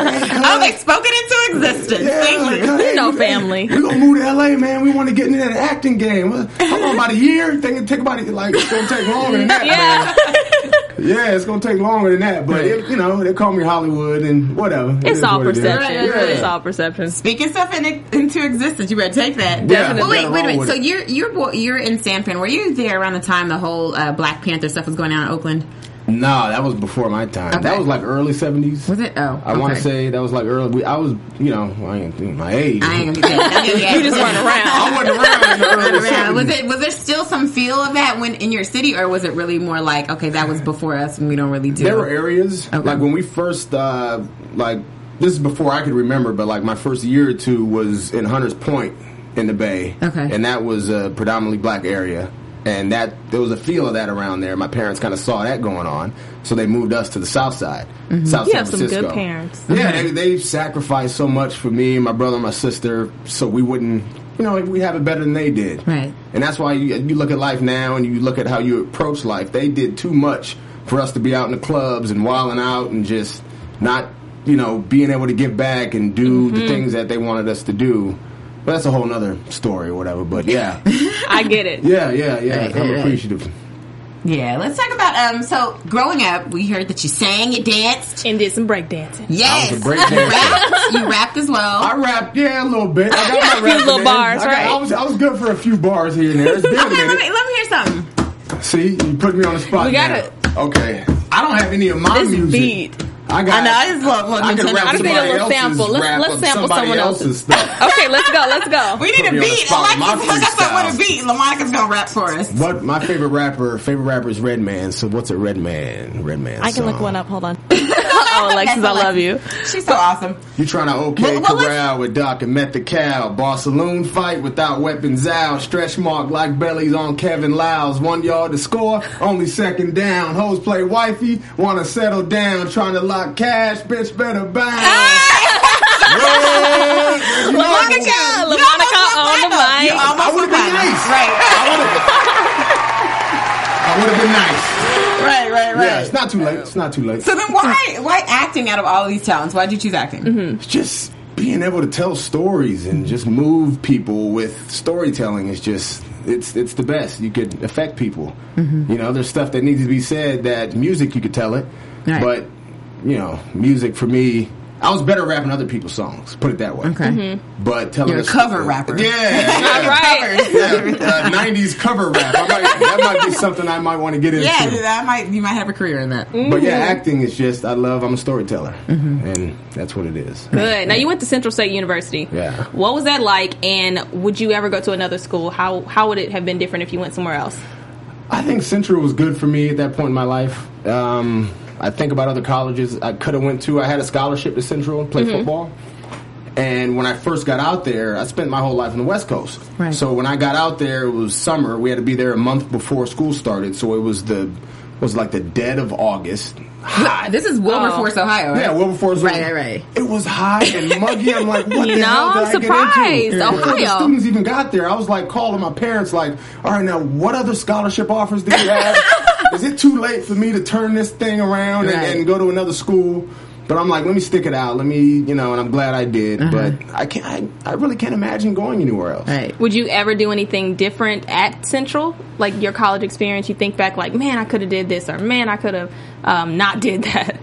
Speaker 2: Oh, they spoke it into existence. Thank you.
Speaker 1: Hey,
Speaker 3: no
Speaker 1: we-
Speaker 3: family.
Speaker 1: We gonna move to LA, man. We want to get into that acting
Speaker 3: (laughs)
Speaker 1: game. What- How long? About a year? Think it take about a- like it's gonna take longer than
Speaker 3: (laughs)
Speaker 1: that.
Speaker 3: yeah.
Speaker 1: man. Yeah, it's gonna take longer than that. But it, you know, they call me Hollywood and whatever. It
Speaker 3: It's
Speaker 1: is
Speaker 3: all
Speaker 1: what it is.
Speaker 3: perception.
Speaker 2: Right, right.
Speaker 3: It's all perception.
Speaker 2: Speaking stuff in, into existence, you better take that.
Speaker 1: Yeah,
Speaker 2: Well, wait,
Speaker 1: Definitely.
Speaker 2: wait a minute.
Speaker 1: Wrong
Speaker 2: So
Speaker 1: with it.
Speaker 2: you're you're bo- you're in San Fran. Were you there around the time the whole uh, Black Panther stuff was going on in Oakland?
Speaker 1: Nah, that was before my time. That
Speaker 2: Okay.
Speaker 1: was like early seventies.
Speaker 2: Was it? Oh,
Speaker 1: I want
Speaker 2: okay.
Speaker 1: to say that was like early. We, I was, you know, I ain't think my age.
Speaker 2: I ain't
Speaker 1: (laughs)
Speaker 2: gonna say that.
Speaker 3: You just
Speaker 2: (laughs)
Speaker 3: weren't around.
Speaker 1: I wasn't around in the early
Speaker 2: Yeah,
Speaker 1: 70s.
Speaker 2: was it was there still some feel of that when in your city, or was it really more like okay, that was before us and we don't really do?
Speaker 1: There were areas
Speaker 2: Okay.
Speaker 1: like when we first uh, like this is before I could remember, but like my first year or two was in Hunters Point in the Bay,
Speaker 2: Okay.
Speaker 1: and that was a predominantly black area, and that there was a feel of that around there. My parents kind of saw that going on, so they moved us to the South Side,
Speaker 2: Mm-hmm.
Speaker 1: South
Speaker 3: You
Speaker 1: San
Speaker 3: have some good
Speaker 1: Francisco.
Speaker 3: parents.
Speaker 1: Yeah, they, they sacrificed so much for me, my brother, my sister, so we wouldn't, you know, we have it better than they did,
Speaker 2: Right.
Speaker 1: and that's why you, you look at life now and you look at how you approach life. They did too much for us to be out in the clubs and wilding out and just not, you know, being able to give back and do the things that they wanted us to do. But that's a whole nother story or whatever. But yeah,
Speaker 3: I get it.
Speaker 1: yeah, yeah, yeah.
Speaker 2: Right, right,
Speaker 1: I'm
Speaker 2: right.
Speaker 1: appreciative.
Speaker 2: yeah. Let's talk about um. So growing up, we heard that you sang, you danced.
Speaker 3: And did some breakdancing.
Speaker 2: Yes,
Speaker 1: a break
Speaker 2: (laughs) you
Speaker 1: dancer.
Speaker 2: rapped. You rapped as well.
Speaker 1: I rapped, yeah, a little bit. I got my rap
Speaker 3: little
Speaker 1: in.
Speaker 3: bars,
Speaker 1: I got-
Speaker 3: right?
Speaker 1: I was, I was good for a few bars here and there. It's been a
Speaker 2: okay, let
Speaker 1: minute.
Speaker 2: me, let me hear something.
Speaker 1: See, you put me on the spot.
Speaker 3: We gotta-
Speaker 1: now. Okay, I don't have any of my
Speaker 3: This
Speaker 1: music.
Speaker 3: beat.
Speaker 1: I got.
Speaker 2: I know, I just love- love
Speaker 1: I can
Speaker 2: Nintendo.
Speaker 1: rap
Speaker 2: I just
Speaker 3: need a
Speaker 1: somebody
Speaker 3: little
Speaker 1: else's
Speaker 3: sample. Let's-
Speaker 1: rap
Speaker 3: let's
Speaker 1: of
Speaker 3: sample
Speaker 1: somebody
Speaker 3: someone else's.
Speaker 1: stuff.
Speaker 3: (laughs) Okay, let's go. Let's (laughs) go.
Speaker 2: We need
Speaker 1: Put
Speaker 2: a
Speaker 1: me on the
Speaker 2: beat.
Speaker 1: spot with my
Speaker 2: Alexis, hook us up with a
Speaker 1: freestyle.
Speaker 2: beat. LaMonica's gonna rap for us.
Speaker 1: But my favorite rapper, favorite rapper is Redman. So what's a Redman? Redman.
Speaker 3: I can
Speaker 1: song.
Speaker 3: look one up. (laughs) Hold on. oh, Alexis,
Speaker 2: That's
Speaker 3: I love you.
Speaker 2: She's so awesome.
Speaker 1: You trying to okay
Speaker 2: Well, well, let's-
Speaker 1: corral with Doc and Met the Cow. Bar saloon fight without weapons out. Stretch mark like bellies on Kevin Lyles. One yard to score, only second down. Hoes play wifey, wanna settle down. Trying to lock cash, bitch better bounce.
Speaker 2: Ah!
Speaker 1: (laughs) Wait, you know I
Speaker 3: Monica,
Speaker 2: Monica,
Speaker 3: La
Speaker 2: you
Speaker 3: Monica
Speaker 2: almost
Speaker 3: on
Speaker 2: went
Speaker 3: the
Speaker 2: final.
Speaker 3: mic.
Speaker 2: You almost
Speaker 1: I would've
Speaker 2: went
Speaker 1: been
Speaker 2: final.
Speaker 1: nice.
Speaker 2: Right,
Speaker 1: I would have been nice.
Speaker 2: right, right,
Speaker 1: Yeah,
Speaker 2: right.
Speaker 1: it's not too late. It's not too late.
Speaker 2: so then,
Speaker 1: (laughs)
Speaker 2: why why acting out of all these talents? Why'd you choose acting?
Speaker 3: Mm-hmm.
Speaker 1: just being able to tell stories
Speaker 2: Mm-hmm.
Speaker 1: and just move people with storytelling is just it's it's the best. You could affect people.
Speaker 2: Mm-hmm.
Speaker 1: You know, there's stuff that needs to be said that music you could tell it,
Speaker 2: Right.
Speaker 1: but you know, music for me. I was better rapping other people's songs, put it that way.
Speaker 2: Okay. Mhm.
Speaker 1: But telling
Speaker 2: You're a
Speaker 1: us-
Speaker 2: cover rapper. (laughs)
Speaker 1: Yeah.
Speaker 3: All
Speaker 1: yeah.
Speaker 3: right.
Speaker 1: (laughs) Yeah, uh, 90s cover rap. I might, that might be something I might want to get into.
Speaker 2: Yeah, that might you might have a career in that.
Speaker 3: Mm.
Speaker 1: But yeah, acting is just I love. I'm a storyteller,
Speaker 2: Mm-hmm.
Speaker 1: and that's what it is.
Speaker 3: Good. Now you went to Central State University.
Speaker 1: Yeah.
Speaker 3: What was that like? And would you ever go to another school? How how would it have been different if you went somewhere else?
Speaker 1: I think Central was good for me at that point in my life. Um, I think about other colleges I could have went to. I had a scholarship to Central, play football, And when I first got out there, I spent my whole life on the West Coast.
Speaker 2: Right.
Speaker 1: So when I got out there, it was summer. We had to be there a month before school started. So it was the was like the dead of August. Hot.
Speaker 2: Ah, This is
Speaker 3: Oh.
Speaker 2: Wilberforce, Ohio. Right?
Speaker 1: yeah, Wilberforce. was-
Speaker 2: Right, right, right.
Speaker 1: It was hot and muggy. I'm like, what
Speaker 3: You
Speaker 1: the
Speaker 3: know,
Speaker 1: hell did
Speaker 3: I'm
Speaker 1: I get
Speaker 3: surprised.
Speaker 1: into? Before the
Speaker 3: Ohio.
Speaker 1: students even got there, I was like calling my parents, like, all right, now what other scholarship offers do
Speaker 2: (laughs)
Speaker 1: you have? Is it too late for me to turn this thing around and,
Speaker 2: Right.
Speaker 1: and go to another school? But I'm like, let me stick it out. Let me, you know, and I'm glad I did. But I can't. I, I really can't imagine going anywhere else.
Speaker 2: Uh-huh. Right.
Speaker 3: Would you ever do anything different at Central? Like your college experience, you think back like, man, I could have did this, or man, I could have um, not did that.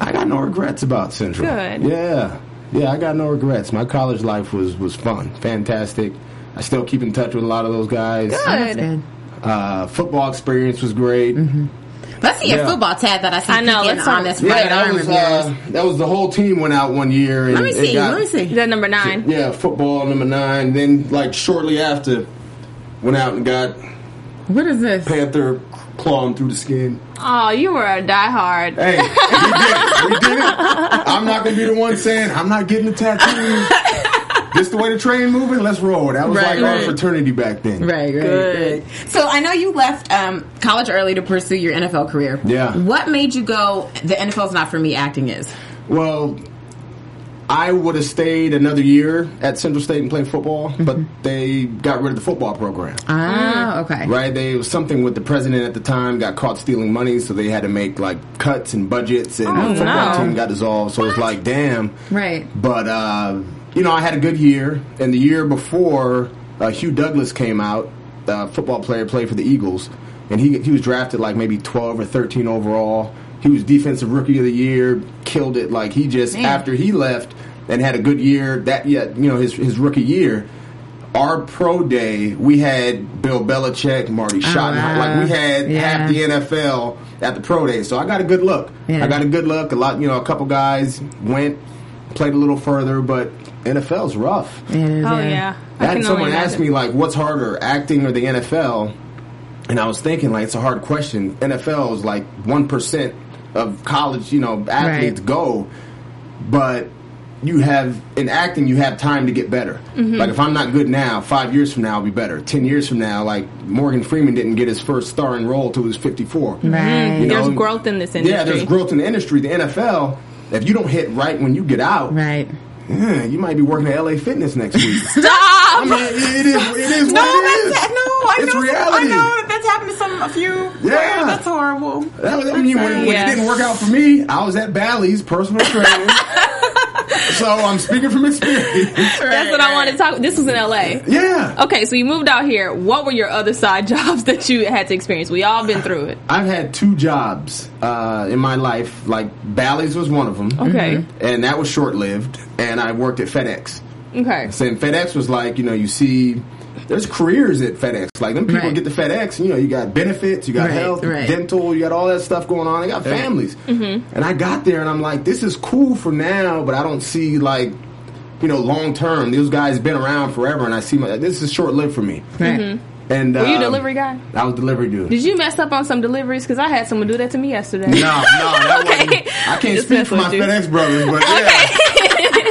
Speaker 1: I got no regrets about Central.
Speaker 3: Good.
Speaker 1: Yeah. Yeah, I got no regrets. My college life was was fun, fantastic. I still keep in touch with a lot of those guys.
Speaker 2: That's good.
Speaker 1: Uh, football experience was great.
Speaker 2: Mm-hmm. Let's see your
Speaker 1: Yeah.
Speaker 2: football tab that I see
Speaker 3: I know,
Speaker 2: peeking
Speaker 3: let's
Speaker 2: on
Speaker 3: talk-
Speaker 2: this
Speaker 1: Yeah,
Speaker 2: right
Speaker 1: that
Speaker 2: arm
Speaker 1: was
Speaker 2: of yours.
Speaker 1: uh, that was the whole team went out one year. And
Speaker 2: let me
Speaker 1: it
Speaker 2: see.
Speaker 1: got-
Speaker 2: Let me see.
Speaker 3: That number nine.
Speaker 1: Yeah, football number nine. Then like shortly after, went out and got
Speaker 2: What is this?
Speaker 1: Panther clawing through the skin.
Speaker 3: Oh, you were a diehard.
Speaker 1: Hey, we did it. We did it. I'm not gonna be the one saying I'm not getting a tattoo. Just the way the train moving. Let's roll. That was
Speaker 2: Right,
Speaker 1: like our
Speaker 2: right.
Speaker 1: fraternity back then.
Speaker 2: Right, right,
Speaker 3: Good.
Speaker 2: right. So I know you left um, college early to pursue your NFL career.
Speaker 1: Yeah.
Speaker 2: What made you go? The NFL's not for me. Acting is.
Speaker 1: Well, I would have stayed another year at Central State and played football, but
Speaker 2: Mm-hmm.
Speaker 1: they got rid of the football program.
Speaker 2: Ah, okay.
Speaker 1: Right? They it was something with the president at the time got caught stealing money, so they had to make like cuts and budgets, and the football
Speaker 3: no.
Speaker 1: team got dissolved. So it's like, damn.
Speaker 2: Right.
Speaker 1: But uh, you know, I had a good year, and the year before, uh, Hugh Douglas came out, uh, football player, played for the Eagles, and he he was drafted like maybe twelve or thirteen overall. He was defensive rookie of the year, killed it. Like he just after he left and had a good year that yet you know his his rookie year. Our pro day, we had Bill Belichick, Marty Schottenheimer.
Speaker 2: wow.
Speaker 1: Like we had
Speaker 2: Yeah.
Speaker 1: half the NFL at the pro day, so I got a good look.
Speaker 2: Yeah.
Speaker 1: I got a good look. A lot, you know, a couple guys went, played a little further, but NFL's rough.
Speaker 3: Oh yeah. I
Speaker 1: That
Speaker 3: can
Speaker 1: someone
Speaker 3: only (laughs)
Speaker 1: asked
Speaker 3: imagine.
Speaker 1: me like, "What's harder, acting or the NFL?" And I was thinking like, it's a hard question. NFL is like one percent of college, you know, athletes
Speaker 2: Right.
Speaker 1: go, but you have in acting, you have time to get better.
Speaker 3: Mm-hmm.
Speaker 1: Like if I'm not good now, five years from now, I'll be better. Ten years from now, like Morgan Freeman didn't get his first starring role till he was 54.
Speaker 2: Right.
Speaker 1: You
Speaker 3: There's growth in this
Speaker 1: Yeah, there's
Speaker 3: industry.
Speaker 1: growth in the industry. The NFL, if you don't hit right when you get out,
Speaker 2: Right.
Speaker 1: yeah, you might be working at LA Fitness
Speaker 3: (laughs)
Speaker 1: next week. (laughs) I
Speaker 2: Stop.
Speaker 1: mean, it is. It is
Speaker 2: No,
Speaker 1: what it is.
Speaker 2: that's, no, I
Speaker 1: it's
Speaker 2: know. I
Speaker 1: reality.
Speaker 2: know that that's happened to some a few.
Speaker 1: Yeah.
Speaker 2: that's horrible.
Speaker 1: That was- I mean, when, when
Speaker 3: Yeah.
Speaker 1: it didn't work out for me, I was at Bally's personal
Speaker 3: (laughs)
Speaker 1: training. so I'm speaking from experience.
Speaker 3: That's what I wanted to talk. This was in LA.
Speaker 1: Yeah.
Speaker 3: Okay, so you moved out here. What were your other side (laughs) jobs that you had to experience? We all been through it.
Speaker 1: I've had two jobs uh, in my life. Like Bally's was one of them.
Speaker 3: Okay.
Speaker 1: And that was short lived. And I worked at FedEx.
Speaker 3: Okay.
Speaker 1: Saying FedEx was like, you know, you see, there's careers at FedEx. Like them people
Speaker 2: Right.
Speaker 1: get to FedEx, you know, you got benefits, you got
Speaker 2: Right,
Speaker 1: health,
Speaker 2: right.
Speaker 1: dental, you got all that stuff going on. They got families,
Speaker 3: Mm-hmm.
Speaker 1: and I got there and I'm like, this is cool for now, but I don't see like, you know, long term. These guys been around forever, and I see my this is short lived for me.
Speaker 2: Right.
Speaker 1: And
Speaker 3: Were you a
Speaker 1: um,
Speaker 3: delivery guy?
Speaker 1: I was delivery dude.
Speaker 3: Did you mess up on some deliveries? Because I had someone do that to me yesterday.
Speaker 1: No, no, that
Speaker 3: Okay.
Speaker 1: wasn't. I can't
Speaker 3: Just
Speaker 1: speak
Speaker 3: mess
Speaker 1: for my
Speaker 3: with you.
Speaker 1: FedEx brothers, but yeah, (laughs)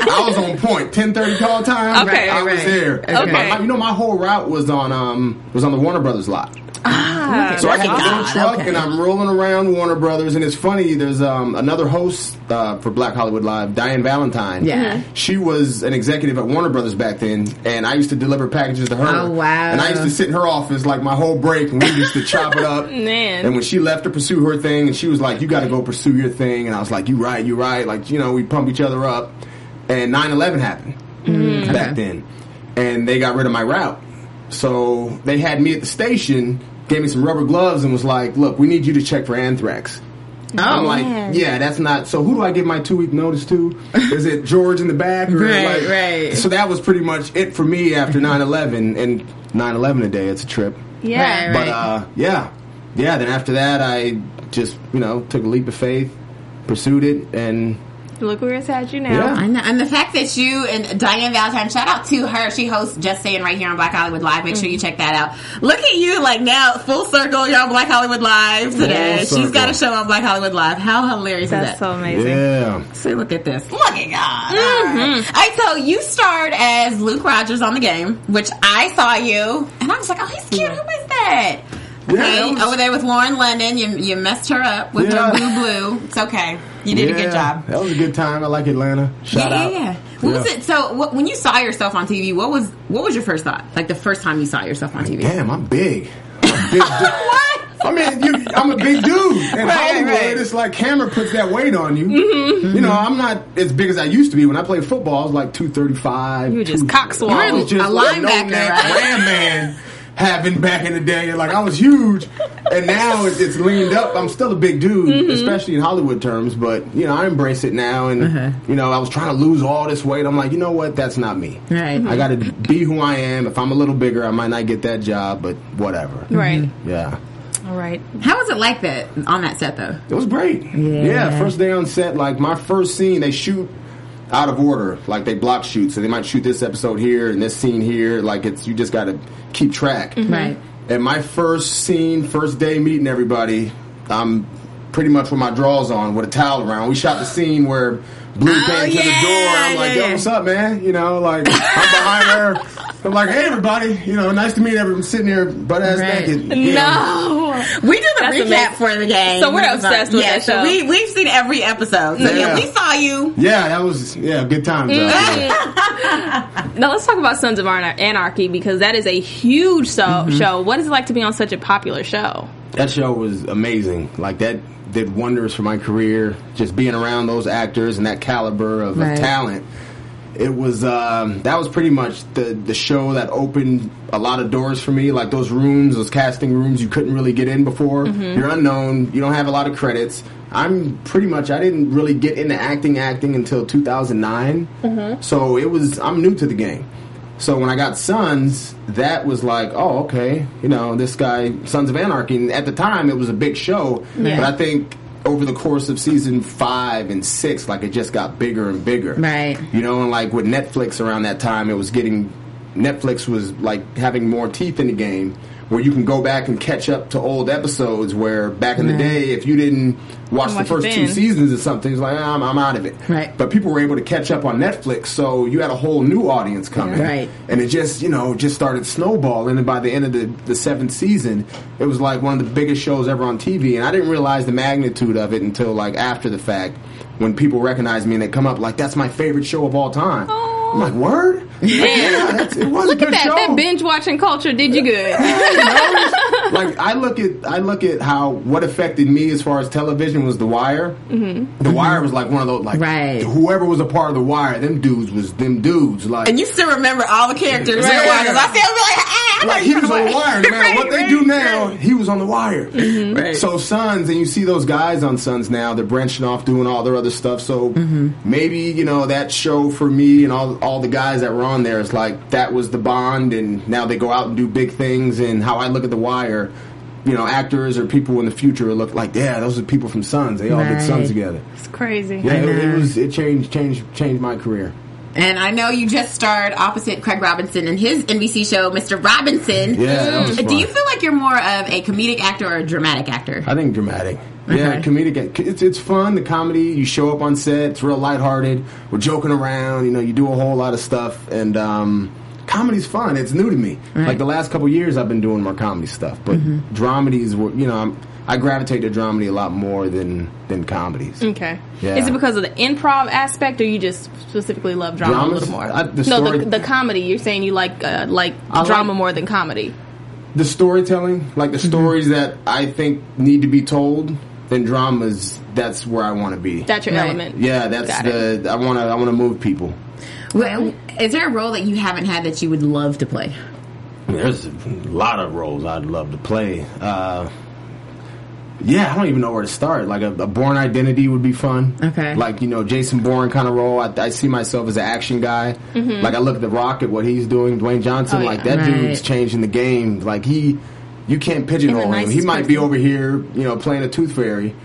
Speaker 1: I was on point. Ten thirty call time.
Speaker 3: Okay.
Speaker 1: I was
Speaker 2: Right.
Speaker 1: there.
Speaker 3: Okay.
Speaker 1: My- my- you know, my whole route was on um was on the Warner Brothers lot.
Speaker 3: Ah,
Speaker 1: So I have a little
Speaker 2: God,
Speaker 1: truck
Speaker 2: okay.
Speaker 1: and I'm rolling around Warner Brothers, and it's funny. There's um, another host uh, for Black Hollywood Live, Diane Valentine.
Speaker 2: Yeah. Mhm.
Speaker 1: she was an executive at Warner Brothers back then, and I used to deliver packages to her.
Speaker 2: Oh, wow.
Speaker 1: And I used to sit in her office like my whole break, and we used to chop
Speaker 2: (laughs)
Speaker 1: it up.
Speaker 3: Man.
Speaker 1: And when she left to pursue her thing, and she was like, "You got to go pursue your thing," and I was like, "You right, you right." Like you know, we pump each other up, and 9-11 happened
Speaker 2: Mm-hmm.
Speaker 1: back then, and they got rid of my route. So they had me at the station, gave me some rubber gloves, and was like, "Look, we need you to check for anthrax."
Speaker 2: Oh,
Speaker 1: I'm like, yeah, that's not. So who do I give my two week notice to? Is it George in the back? Or
Speaker 2: (laughs) Right,
Speaker 1: like-
Speaker 2: right.
Speaker 1: So that was pretty much it for me after
Speaker 2: Mm-hmm.
Speaker 1: 9/11, and 9/11 a day. It's a trip.
Speaker 3: yeah.
Speaker 2: Right,
Speaker 1: But uh, yeah, yeah. Then after that, I just you know took a leap of faith, pursued it, and
Speaker 3: Look where it's at you now.
Speaker 1: Yeah.
Speaker 2: I know. And the fact that you and Diane Valentine, shout out to her. She hosts Just Saying right here on Black Hollywood Live. Make sure you check that out. Look at you, like now, full circle. You're on Black Hollywood Live today.
Speaker 1: Full
Speaker 2: She's got a
Speaker 1: circle.
Speaker 2: show on Black Hollywood Live. How hilarious is
Speaker 3: That's
Speaker 2: that?
Speaker 3: so amazing.
Speaker 1: Yeah.
Speaker 2: See, look at this. Look at God. All right, so you starred as Luke Rogers on the game, which I saw you, and I was like, oh, he's cute. Who is that?
Speaker 1: Yeah,
Speaker 2: Okay,
Speaker 1: that was-
Speaker 2: over there with Lauren London, you, you messed her up with
Speaker 1: Yeah.
Speaker 2: your blue blue. It's okay. You did a good
Speaker 1: Yeah,
Speaker 2: job.
Speaker 1: That was a good time. I like Atlanta. Shout
Speaker 2: yeah,
Speaker 1: out.
Speaker 2: yeah, yeah. What was it? So, what, when you saw yourself on TV, what was what was your first thought? Like the first time you saw yourself on TV?
Speaker 1: Damn, I'm big. I'm a big dude.
Speaker 2: (laughs) What?
Speaker 1: I mean, you, I'm a big dude. In
Speaker 2: Right, Mm-hmm.
Speaker 1: Hollywood,
Speaker 2: right.
Speaker 1: it's like camera puts that weight on you. You know, I'm not as big as I used to be. When I played football, I was like 235.
Speaker 3: You were just
Speaker 1: 2
Speaker 3: cockswole.
Speaker 1: I was
Speaker 2: You're a
Speaker 1: like no
Speaker 2: linebacker,
Speaker 1: man,
Speaker 2: right?
Speaker 1: Ram man having back in the day. Like, I was huge. And now it's, it's leaned up. I'm still a big dude,
Speaker 2: Mm-hmm.
Speaker 1: especially in Hollywood terms. But, you know, I embrace it now. And,
Speaker 2: Uh-huh.
Speaker 1: you know, I was trying to lose all this weight. I'm like, you know what? That's not me.
Speaker 2: Right.
Speaker 1: I got to be who I am. If I'm a little bigger, I might not get that job, but whatever.
Speaker 3: Right.
Speaker 1: Yeah.
Speaker 3: All right.
Speaker 2: How was it like that on that set though?
Speaker 1: It was great. Yeah. first day on set, like my first scene, they shoot out of order. Like they block shoot, so they might shoot this episode here and this scene here. Like it's you just got to keep track.
Speaker 2: Mm-hmm. Right.
Speaker 1: And my first scene, first day meeting everybody, I'm pretty much with my drawers on, with a towel around. We shot the scene where Blue came to
Speaker 2: Oh, yeah,
Speaker 1: the door. I'm
Speaker 2: yeah,
Speaker 1: like,
Speaker 2: yeah.
Speaker 1: yo, what's up, man? You know, like I'm behind her. I'm like, hey, everybody. You know, nice to meet everyone. sitting here, butt ass
Speaker 2: Right.
Speaker 1: naked. you know.
Speaker 3: No.
Speaker 2: We do the
Speaker 3: That's
Speaker 2: recap
Speaker 3: amazing.
Speaker 2: for the game.
Speaker 3: So we're obsessed with
Speaker 2: yeah,
Speaker 3: that
Speaker 2: So
Speaker 3: show.
Speaker 2: we we've seen every episode. So yeah,
Speaker 1: Yeah.
Speaker 2: we saw you.
Speaker 1: Yeah, that was yeah, good times.
Speaker 2: Mm.
Speaker 1: uh, yeah.
Speaker 3: (laughs) Now let's talk about Sons of Anar- Anarchy because that is a huge so- show. What is it like to be on such Mm-hmm. a popular show?
Speaker 1: That show was amazing. Like that did wonders for my career. Just being around those actors and that caliber of, of
Speaker 2: Right.
Speaker 1: talent. It was um, that was pretty much the the show that opened a lot of doors for me. Like those rooms, those casting rooms you couldn't really get in before.
Speaker 2: Mm-hmm.
Speaker 1: You're unknown. You don't have a lot of credits. I'm pretty much I didn't really get into acting acting until 2009.
Speaker 2: Mm-hmm.
Speaker 1: So it was I'm new to the game. So when I got Sons, that was like, oh, okay, you know, this guy, Sons of Anarchy. And at the time, it was a big show,
Speaker 2: Yeah.
Speaker 1: but I think over the course of season five and six, like it just got bigger and bigger.
Speaker 2: Right.
Speaker 1: You know, and like with Netflix around that time, it was getting Netflix was like having more teeth in the game, where you can go back and catch up to old episodes. Where back in the day, if you didn't watch,
Speaker 3: Watch
Speaker 1: the
Speaker 3: it
Speaker 1: first two
Speaker 3: then.
Speaker 1: seasons or something, it's like "Ah, I'm, I'm out of it.
Speaker 2: Right.
Speaker 1: But people were able to catch up on Netflix, so you had a whole new audience coming.
Speaker 2: Right.
Speaker 1: And it just, you know, just started snowballing. And by the end of the, the seventh season, it was like one of the biggest shows ever on TV. And I didn't realize the magnitude of it until like after the fact when people recognize me and they come up like, that's my favorite show of all time. I'm like,
Speaker 3: (laughs)
Speaker 1: word? Yeah, that's, it was a
Speaker 3: Look
Speaker 1: good
Speaker 3: at that.
Speaker 1: show.
Speaker 3: That binge watching culture did you good.
Speaker 1: You know? (laughs) like I look at I look at how what affected me as far as television was The Wire. Mm-hmm. The Wire was like one of those like
Speaker 2: Right.
Speaker 1: whoever was a part of The Wire, them dudes was them dudes like
Speaker 2: And you still remember all the characters.
Speaker 1: Right.
Speaker 2: Right. I still be like, ah, I
Speaker 1: like
Speaker 2: know
Speaker 1: he
Speaker 2: you
Speaker 1: was
Speaker 2: know
Speaker 1: on the wire, no matter what
Speaker 2: Right, (laughs)
Speaker 1: they
Speaker 2: right,
Speaker 1: do now,
Speaker 2: right. Mm-hmm.
Speaker 1: he was on the wire.
Speaker 2: Right.
Speaker 1: So Sons, and you see those guys on Sons now, they're branching off doing all their other stuff. So
Speaker 2: Mm-hmm.
Speaker 1: maybe, you know, that show for me and all all the guys that were on there is like that was the bond and now they go out and do big things and how I look at the wire, you know, actors or people in the future look like, yeah, those are people from Sons. They all
Speaker 2: Right.
Speaker 1: did Sons together.
Speaker 3: (laughs) (laughs) It's crazy.
Speaker 1: Yeah, it, it was it changed changed changed my career.
Speaker 2: And I know you just starred opposite Craig Robinson in his NBC show, Mr. Robinson.
Speaker 1: Yeah, that was
Speaker 2: Do
Speaker 1: fun.
Speaker 2: you feel like you're more of a comedic actor or a dramatic actor?
Speaker 1: I think dramatic. Yeah,
Speaker 2: Okay.
Speaker 1: comedic. It's it's fun. The comedy. You show up on set. It's real lighthearted. We're joking around. You know, you do a whole lot of stuff, and um, comedy's fun. It's new to me. Like the last couple years, I've been doing more comedy stuff, but
Speaker 3: Mm-hmm.
Speaker 1: dramedies were. You know, I'm, I gravitate to dramedy a lot more than than comedies.
Speaker 3: Okay.
Speaker 1: Yeah.
Speaker 3: Is it because of the improv aspect, or you just specifically love drama
Speaker 1: Dramas?
Speaker 3: a little more?
Speaker 1: I- the
Speaker 3: no,
Speaker 1: story-
Speaker 3: the, the comedy. You're saying you like uh, like
Speaker 1: I like-
Speaker 3: drama more than comedy.
Speaker 1: the storytelling, like
Speaker 3: Mm-hmm.
Speaker 1: the stories that I think need to be told, then dramas. That's where I want to be.
Speaker 3: That's your
Speaker 2: Right.
Speaker 3: element.
Speaker 1: yeah, that's
Speaker 3: Got
Speaker 1: the. I want to. I want to move people.
Speaker 2: Well, is there a role that you haven't had that you would love to play?
Speaker 1: There's a lot of roles I'd love to play. Uh, yeah, I don't even know where to start. Like a, a Born Identity would be fun.
Speaker 2: Okay.
Speaker 1: Like you know, Jason Bourne kind of role. I, I see myself as an action guy. Like I look at The Rock at what he's doing, Dwayne Johnson.
Speaker 3: Oh, yeah.
Speaker 1: Like that
Speaker 2: Right.
Speaker 1: dude's changing the game. Like he, you can't pigeonhole
Speaker 3: And the
Speaker 1: him. He
Speaker 3: nicest
Speaker 1: might be
Speaker 3: person.
Speaker 1: over here, you know, playing a tooth fairy.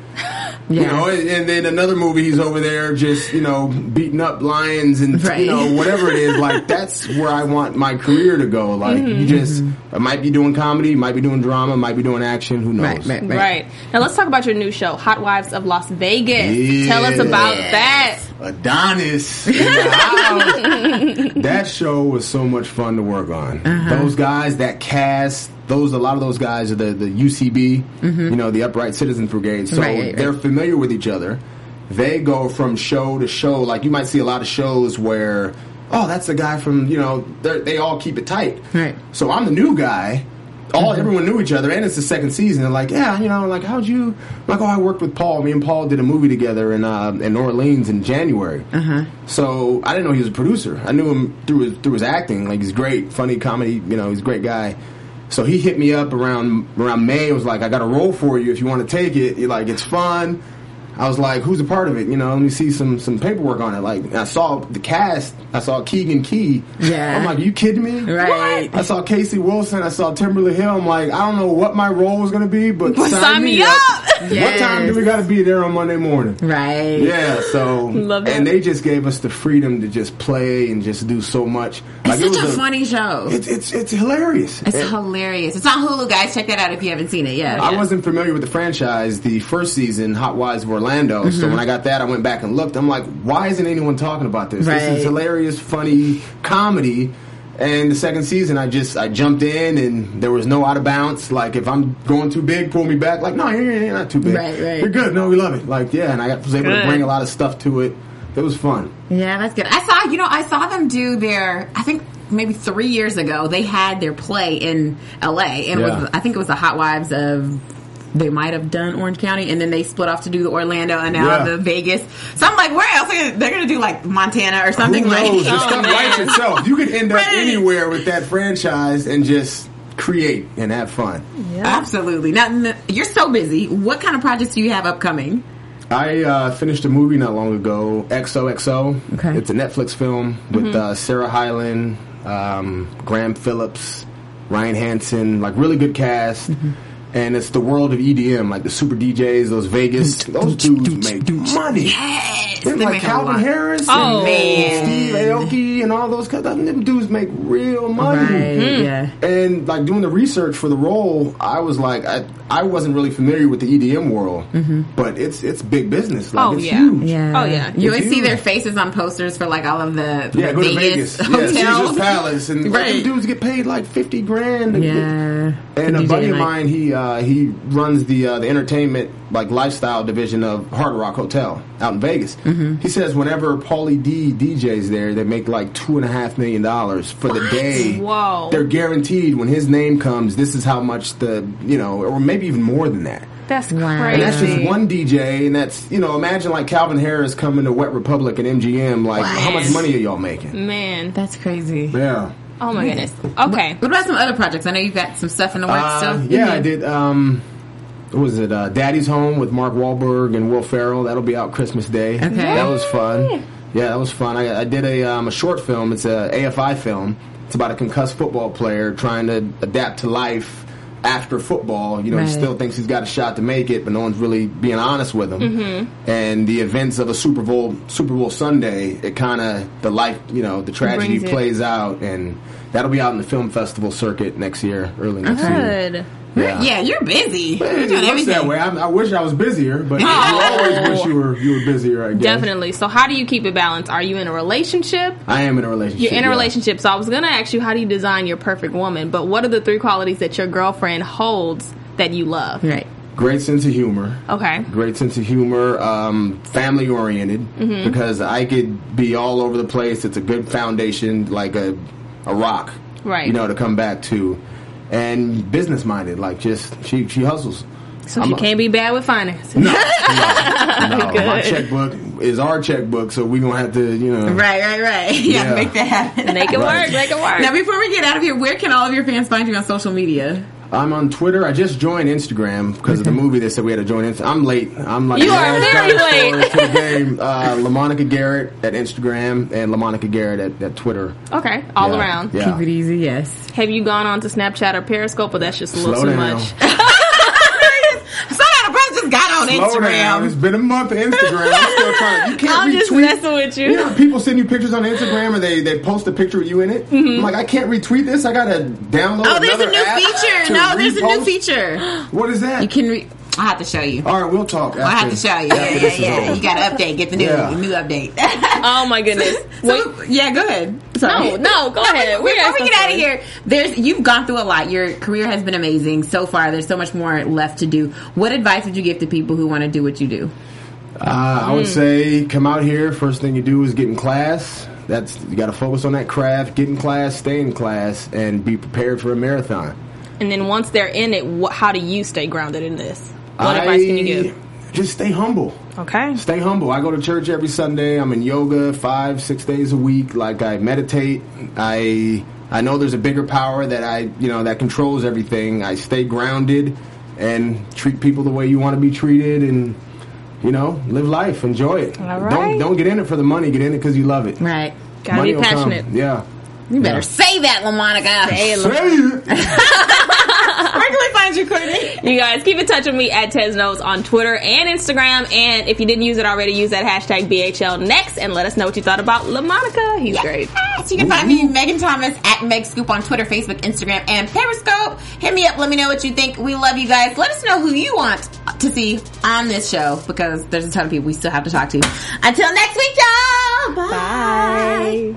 Speaker 1: You know, and, and then another movie, he's over there just you know beating up lions and
Speaker 2: Right.
Speaker 1: you know whatever it is.
Speaker 2: (laughs)
Speaker 1: Like that's where I want my career to go. Like
Speaker 2: Mm-hmm.
Speaker 1: you just, I might be doing comedy, might be doing drama, might be doing action. Who knows?
Speaker 2: Right, right, right.
Speaker 3: Right. Now let's talk about your new show, Hot Wives of Las Vegas.
Speaker 1: Yes.
Speaker 3: Tell us about that.
Speaker 2: (laughs)
Speaker 1: Adonis. in the house. that show was so much fun to work on.
Speaker 2: Uh-huh.
Speaker 1: Those guys, that cast, those a lot of those guys are the the UCB, you know, the Upright Citizens Brigade. So
Speaker 2: Mm-hmm. Right, right, right.
Speaker 1: they're familiar with each other. They go from show to show. Like you might see a lot of shows where, oh, that's the guy from you know. they're- They all keep it tight.
Speaker 2: Right.
Speaker 1: So I'm the new guy. All everyone knew each other, and it's the second season. And like, yeah, you know, like how'd you? Like, oh, I worked with Paul. Me and Paul did a movie together in uh, in Orleans in January. So I didn't know he was a producer. I knew him through his, through his acting. Like he's great, funny comedy. You know, he's a great guy. So he hit me up around around May. It was like, I got a role for you if you want to take it. He like, it's fun. I was like, who's a part of it? You know, let me see some some paperwork on it. Like I saw the cast. I saw Keegan Key.
Speaker 2: Yeah.
Speaker 1: I'm like, are you kidding me?
Speaker 2: Right.
Speaker 1: I saw Casey Wilson. I saw Timberly Hill. I'm like, I don't know what my role was going to be, but
Speaker 3: Well,
Speaker 1: sign,
Speaker 3: sign me up.
Speaker 1: What time do we got to be there on Monday morning?
Speaker 2: Right.
Speaker 1: Yeah, so
Speaker 3: Love that.
Speaker 1: and they just gave us the freedom to just play and just do so much.
Speaker 2: It's such a funny show.
Speaker 1: It's it's it's hilarious.
Speaker 2: It's
Speaker 1: And
Speaker 2: hilarious. It's on Hulu, guys. Check that out if you haven't seen it (laughs) yet.
Speaker 1: I wasn't familiar with the franchise the first season, Hot Wives of Orlando. So
Speaker 2: Mm-hmm.
Speaker 1: when I got that, I went back and looked. I'm like, why isn't anyone talking about this? This
Speaker 2: Right.
Speaker 1: is hilarious, funny comedy. And the second season, I just I jumped in, and there was no out of bounds. Like if I'm going too big, pull me back. Like no, you're, you're not too big.
Speaker 2: Right, right.
Speaker 1: You're good. No, we love it. Like yeah, and I was able
Speaker 3: Good.
Speaker 1: to bring a lot of stuff to it. It was fun.
Speaker 2: Yeah, that's good. I saw, you know, I saw them do their, I think maybe three years ago, they had their play in LA. And it
Speaker 1: Yeah.
Speaker 2: was, I think it was the Hot Wives of, they might have done Orange County and then they split off to do the Orlando and now
Speaker 1: Yeah.
Speaker 2: the Vegas. So I'm like, where else? Are they, they're going to do like Montana or something
Speaker 1: Who knows?
Speaker 2: like
Speaker 1: This stuff writes itself. You could end up
Speaker 2: Oh, Right.
Speaker 1: anywhere with that franchise and just create and have fun.
Speaker 2: Absolutely. Now, n- you're so busy. What kind of projects do you have upcoming?
Speaker 1: I uh, finished a movie not long ago, XOXO.
Speaker 2: Okay. Mm-hmm.
Speaker 1: It's a Netflix film with uh, Sarah Hyland, um, Graham Phillips, Ryan Hansen, like really good cast.
Speaker 2: Mm-hmm.
Speaker 1: And it's the world of EDM, like the super DJs, those Vegas, those dudes make money.
Speaker 2: Yes,
Speaker 1: Them,
Speaker 2: they
Speaker 1: like
Speaker 2: make a
Speaker 1: Calvin
Speaker 2: lot.
Speaker 1: Harris,
Speaker 3: Oh.
Speaker 1: and
Speaker 2: Man.
Speaker 1: Steve Aoki, and all those guys. Them dudes make real money. Hmm.
Speaker 2: Yeah.
Speaker 1: And like doing the research for the role, I was like, I, I wasn't really familiar with the EDM world, but it's it's big business. Like,
Speaker 3: Mm-hmm. Oh,
Speaker 1: it's
Speaker 3: yeah.
Speaker 1: huge.
Speaker 3: Oh, yeah.
Speaker 2: You always
Speaker 1: It's
Speaker 2: see
Speaker 1: huge.
Speaker 2: their faces on posters for like all of the, the
Speaker 1: Yeah, go
Speaker 2: Vegas,
Speaker 1: to Vegas. Yeah,
Speaker 2: hotels.
Speaker 1: Caesar's Palace,
Speaker 3: (laughs)
Speaker 1: and like,
Speaker 2: Right.
Speaker 1: them dudes get paid like fifty grand. to-
Speaker 2: Yeah.
Speaker 1: And a
Speaker 2: DJ
Speaker 1: buddy of
Speaker 2: night.
Speaker 1: mine, he uh, he runs the uh, the entertainment like lifestyle division of Hard Rock Hotel out in Vegas.
Speaker 3: Mm-hmm.
Speaker 1: He says whenever Paulie D DJs there, they make like two and a half million dollars for the day.
Speaker 3: Whoa.
Speaker 1: They're guaranteed when his name comes, this is how much the you know, or maybe even more than that.
Speaker 3: That's
Speaker 2: Wow.
Speaker 3: crazy.
Speaker 1: And that's just one DJ, and that's you know, imagine like Calvin Harris coming to Wet Republic and MGM. Like, how much money are y'all
Speaker 3: Mm.
Speaker 1: making?
Speaker 3: man.
Speaker 2: That's crazy.
Speaker 1: Yeah.
Speaker 3: Oh my goodness. Okay.
Speaker 2: What about some other projects? I know you've got some stuff in the works.
Speaker 1: Uh,
Speaker 2: so
Speaker 1: yeah, I did. Um, what was it? Uh, Daddy's Home with Mark Wahlberg and Will Ferrell. That'll be out Christmas Day.
Speaker 2: Okay.
Speaker 1: that was fun. Yeah, that was fun. I, I did a um, a short film. It's a AFI film. It's about a concussed football player trying to adapt to life after football. You know, he
Speaker 2: Right.
Speaker 1: still thinks he's got a shot to make it, but no one's really being honest with him. And the events of a Super Bowl Super Bowl Sunday, it kind of the life, you know, the tragedy
Speaker 3: Brings it.
Speaker 1: plays out, and that'll be out in the film festival circuit next year, early next year.
Speaker 3: Good.
Speaker 1: Yeah.
Speaker 2: yeah, you're busy. You're
Speaker 1: It
Speaker 2: doing
Speaker 1: looks that
Speaker 2: everything.
Speaker 1: way. I, I wish I was busier, but you always wish you were you were busier. I guess.
Speaker 3: Oh. Definitely. So, how do you keep it balanced? Are you in a relationship?
Speaker 1: I am in a relationship.
Speaker 3: You're in a
Speaker 1: yeah.
Speaker 3: relationship, so I was gonna ask you how do you design your perfect woman, but what are the three qualities that your girlfriend holds that you love?
Speaker 2: Right.
Speaker 1: Great sense of humor.
Speaker 3: Okay.
Speaker 1: Great sense of humor. Um, family oriented
Speaker 3: Mm-hmm.
Speaker 1: because I could be all over the place. It's a good foundation, like a a rock,
Speaker 3: Right.
Speaker 1: You know, to come back to, and business minded. Like just she she hustles.
Speaker 3: So she
Speaker 1: a-
Speaker 3: can't be bad with finances.
Speaker 1: (laughs) No, my checkbook is our checkbook, so we gonna have to you know
Speaker 2: Right, right,
Speaker 3: (laughs)
Speaker 2: right. Yeah,
Speaker 1: Yeah.
Speaker 2: make that happen.
Speaker 3: Make it
Speaker 1: (laughs) Right.
Speaker 3: work, make it work.
Speaker 2: Now, before we get out of here, where can all of your fans find you on social media?
Speaker 1: I'm on Twitter. I just joined Instagram because of the movie. They said we had to join Instagram. I'm late. I'm like
Speaker 3: You are
Speaker 1: the last
Speaker 3: very
Speaker 1: dinosaur
Speaker 3: late.
Speaker 1: to the game. Uh, Lamonica Garrett at Instagram and Lamonica Garrett at, at Twitter.
Speaker 3: okay. All
Speaker 1: Yeah.
Speaker 3: around.
Speaker 1: Yeah.
Speaker 2: Keep it easy, yes.
Speaker 3: Have you gone on to Snapchat or Periscope, but that's just a little
Speaker 1: Slow
Speaker 3: too
Speaker 1: down.
Speaker 3: much?
Speaker 2: Somehow the person just got on
Speaker 1: Slow down. It's
Speaker 2: Instagram.
Speaker 1: been a month of Instagram. I'm
Speaker 2: (laughs)
Speaker 1: still trying. You can't
Speaker 3: I'm just
Speaker 1: retweet.
Speaker 3: messing with you.
Speaker 1: You know, how people send you pictures on Instagram and they, they post a picture with you in it. I'm like, I can't retweet this. I gotta
Speaker 2: Mm-hmm.
Speaker 1: download.
Speaker 2: Oh, there's a
Speaker 1: another
Speaker 2: new
Speaker 1: app
Speaker 2: feature.
Speaker 1: to
Speaker 2: No, there's a new
Speaker 1: repost.
Speaker 2: feature.
Speaker 1: What is that?
Speaker 2: You can. Re- I have to show you.
Speaker 1: All right, we'll talk. After,
Speaker 2: I have to show you. Yeah,
Speaker 1: after
Speaker 2: yeah,
Speaker 1: this is
Speaker 2: yeah.
Speaker 1: over.
Speaker 2: You got to update. Get the new
Speaker 1: Yeah.
Speaker 2: new update. (laughs)
Speaker 3: Oh my goodness. Wait,
Speaker 2: so, yeah, go ahead. Sorry.
Speaker 3: no, no, go ahead.
Speaker 2: Before
Speaker 3: We're
Speaker 2: we get out of here, there's you've gone through a lot. Your career has been amazing so far. There's so much more left to do. What advice would you give to people who want to do what you do?
Speaker 1: Uh,
Speaker 2: Mm.
Speaker 1: I would say come out here. First thing you do is get in class. That's you got to focus on that craft. Get in class, stay in class, and be prepared for a marathon.
Speaker 3: And then once they're in it, what, how do you stay grounded in this? What advice can you give?
Speaker 1: Just stay humble.
Speaker 3: Okay.
Speaker 1: Stay humble. I go to church every Sunday. I'm in yoga five, six days a week. Like I meditate. I I know there's a bigger power that I you know that controls everything. I stay grounded and treat people the way you want to be treated, and you know live life, enjoy it.
Speaker 3: All right.
Speaker 1: Don't don't get in it for the money. Get in it because you love it.
Speaker 2: Right.
Speaker 3: Gotta
Speaker 1: Money
Speaker 3: be
Speaker 1: will come.
Speaker 3: passionate.
Speaker 1: Yeah.
Speaker 2: You better say that, LaMonica. (laughs)
Speaker 1: Say it.
Speaker 2: Where can we find you, Courtney?
Speaker 3: You guys keep in touch with me at Tez Knows on Twitter and Instagram. And if you didn't use it already, use that hashtag BHL next and let us know what you thought about LaMonica. He's great.
Speaker 2: Yes, Ah, you can find me, Megan Thomas, at Meg Scoop on Twitter, Facebook, Instagram, and Periscope. Hit me up. Let me know what you think. We love you guys. Let us know who you want to see on this show because there's a ton of people we still have to talk to. Until next week, y'all. Bye.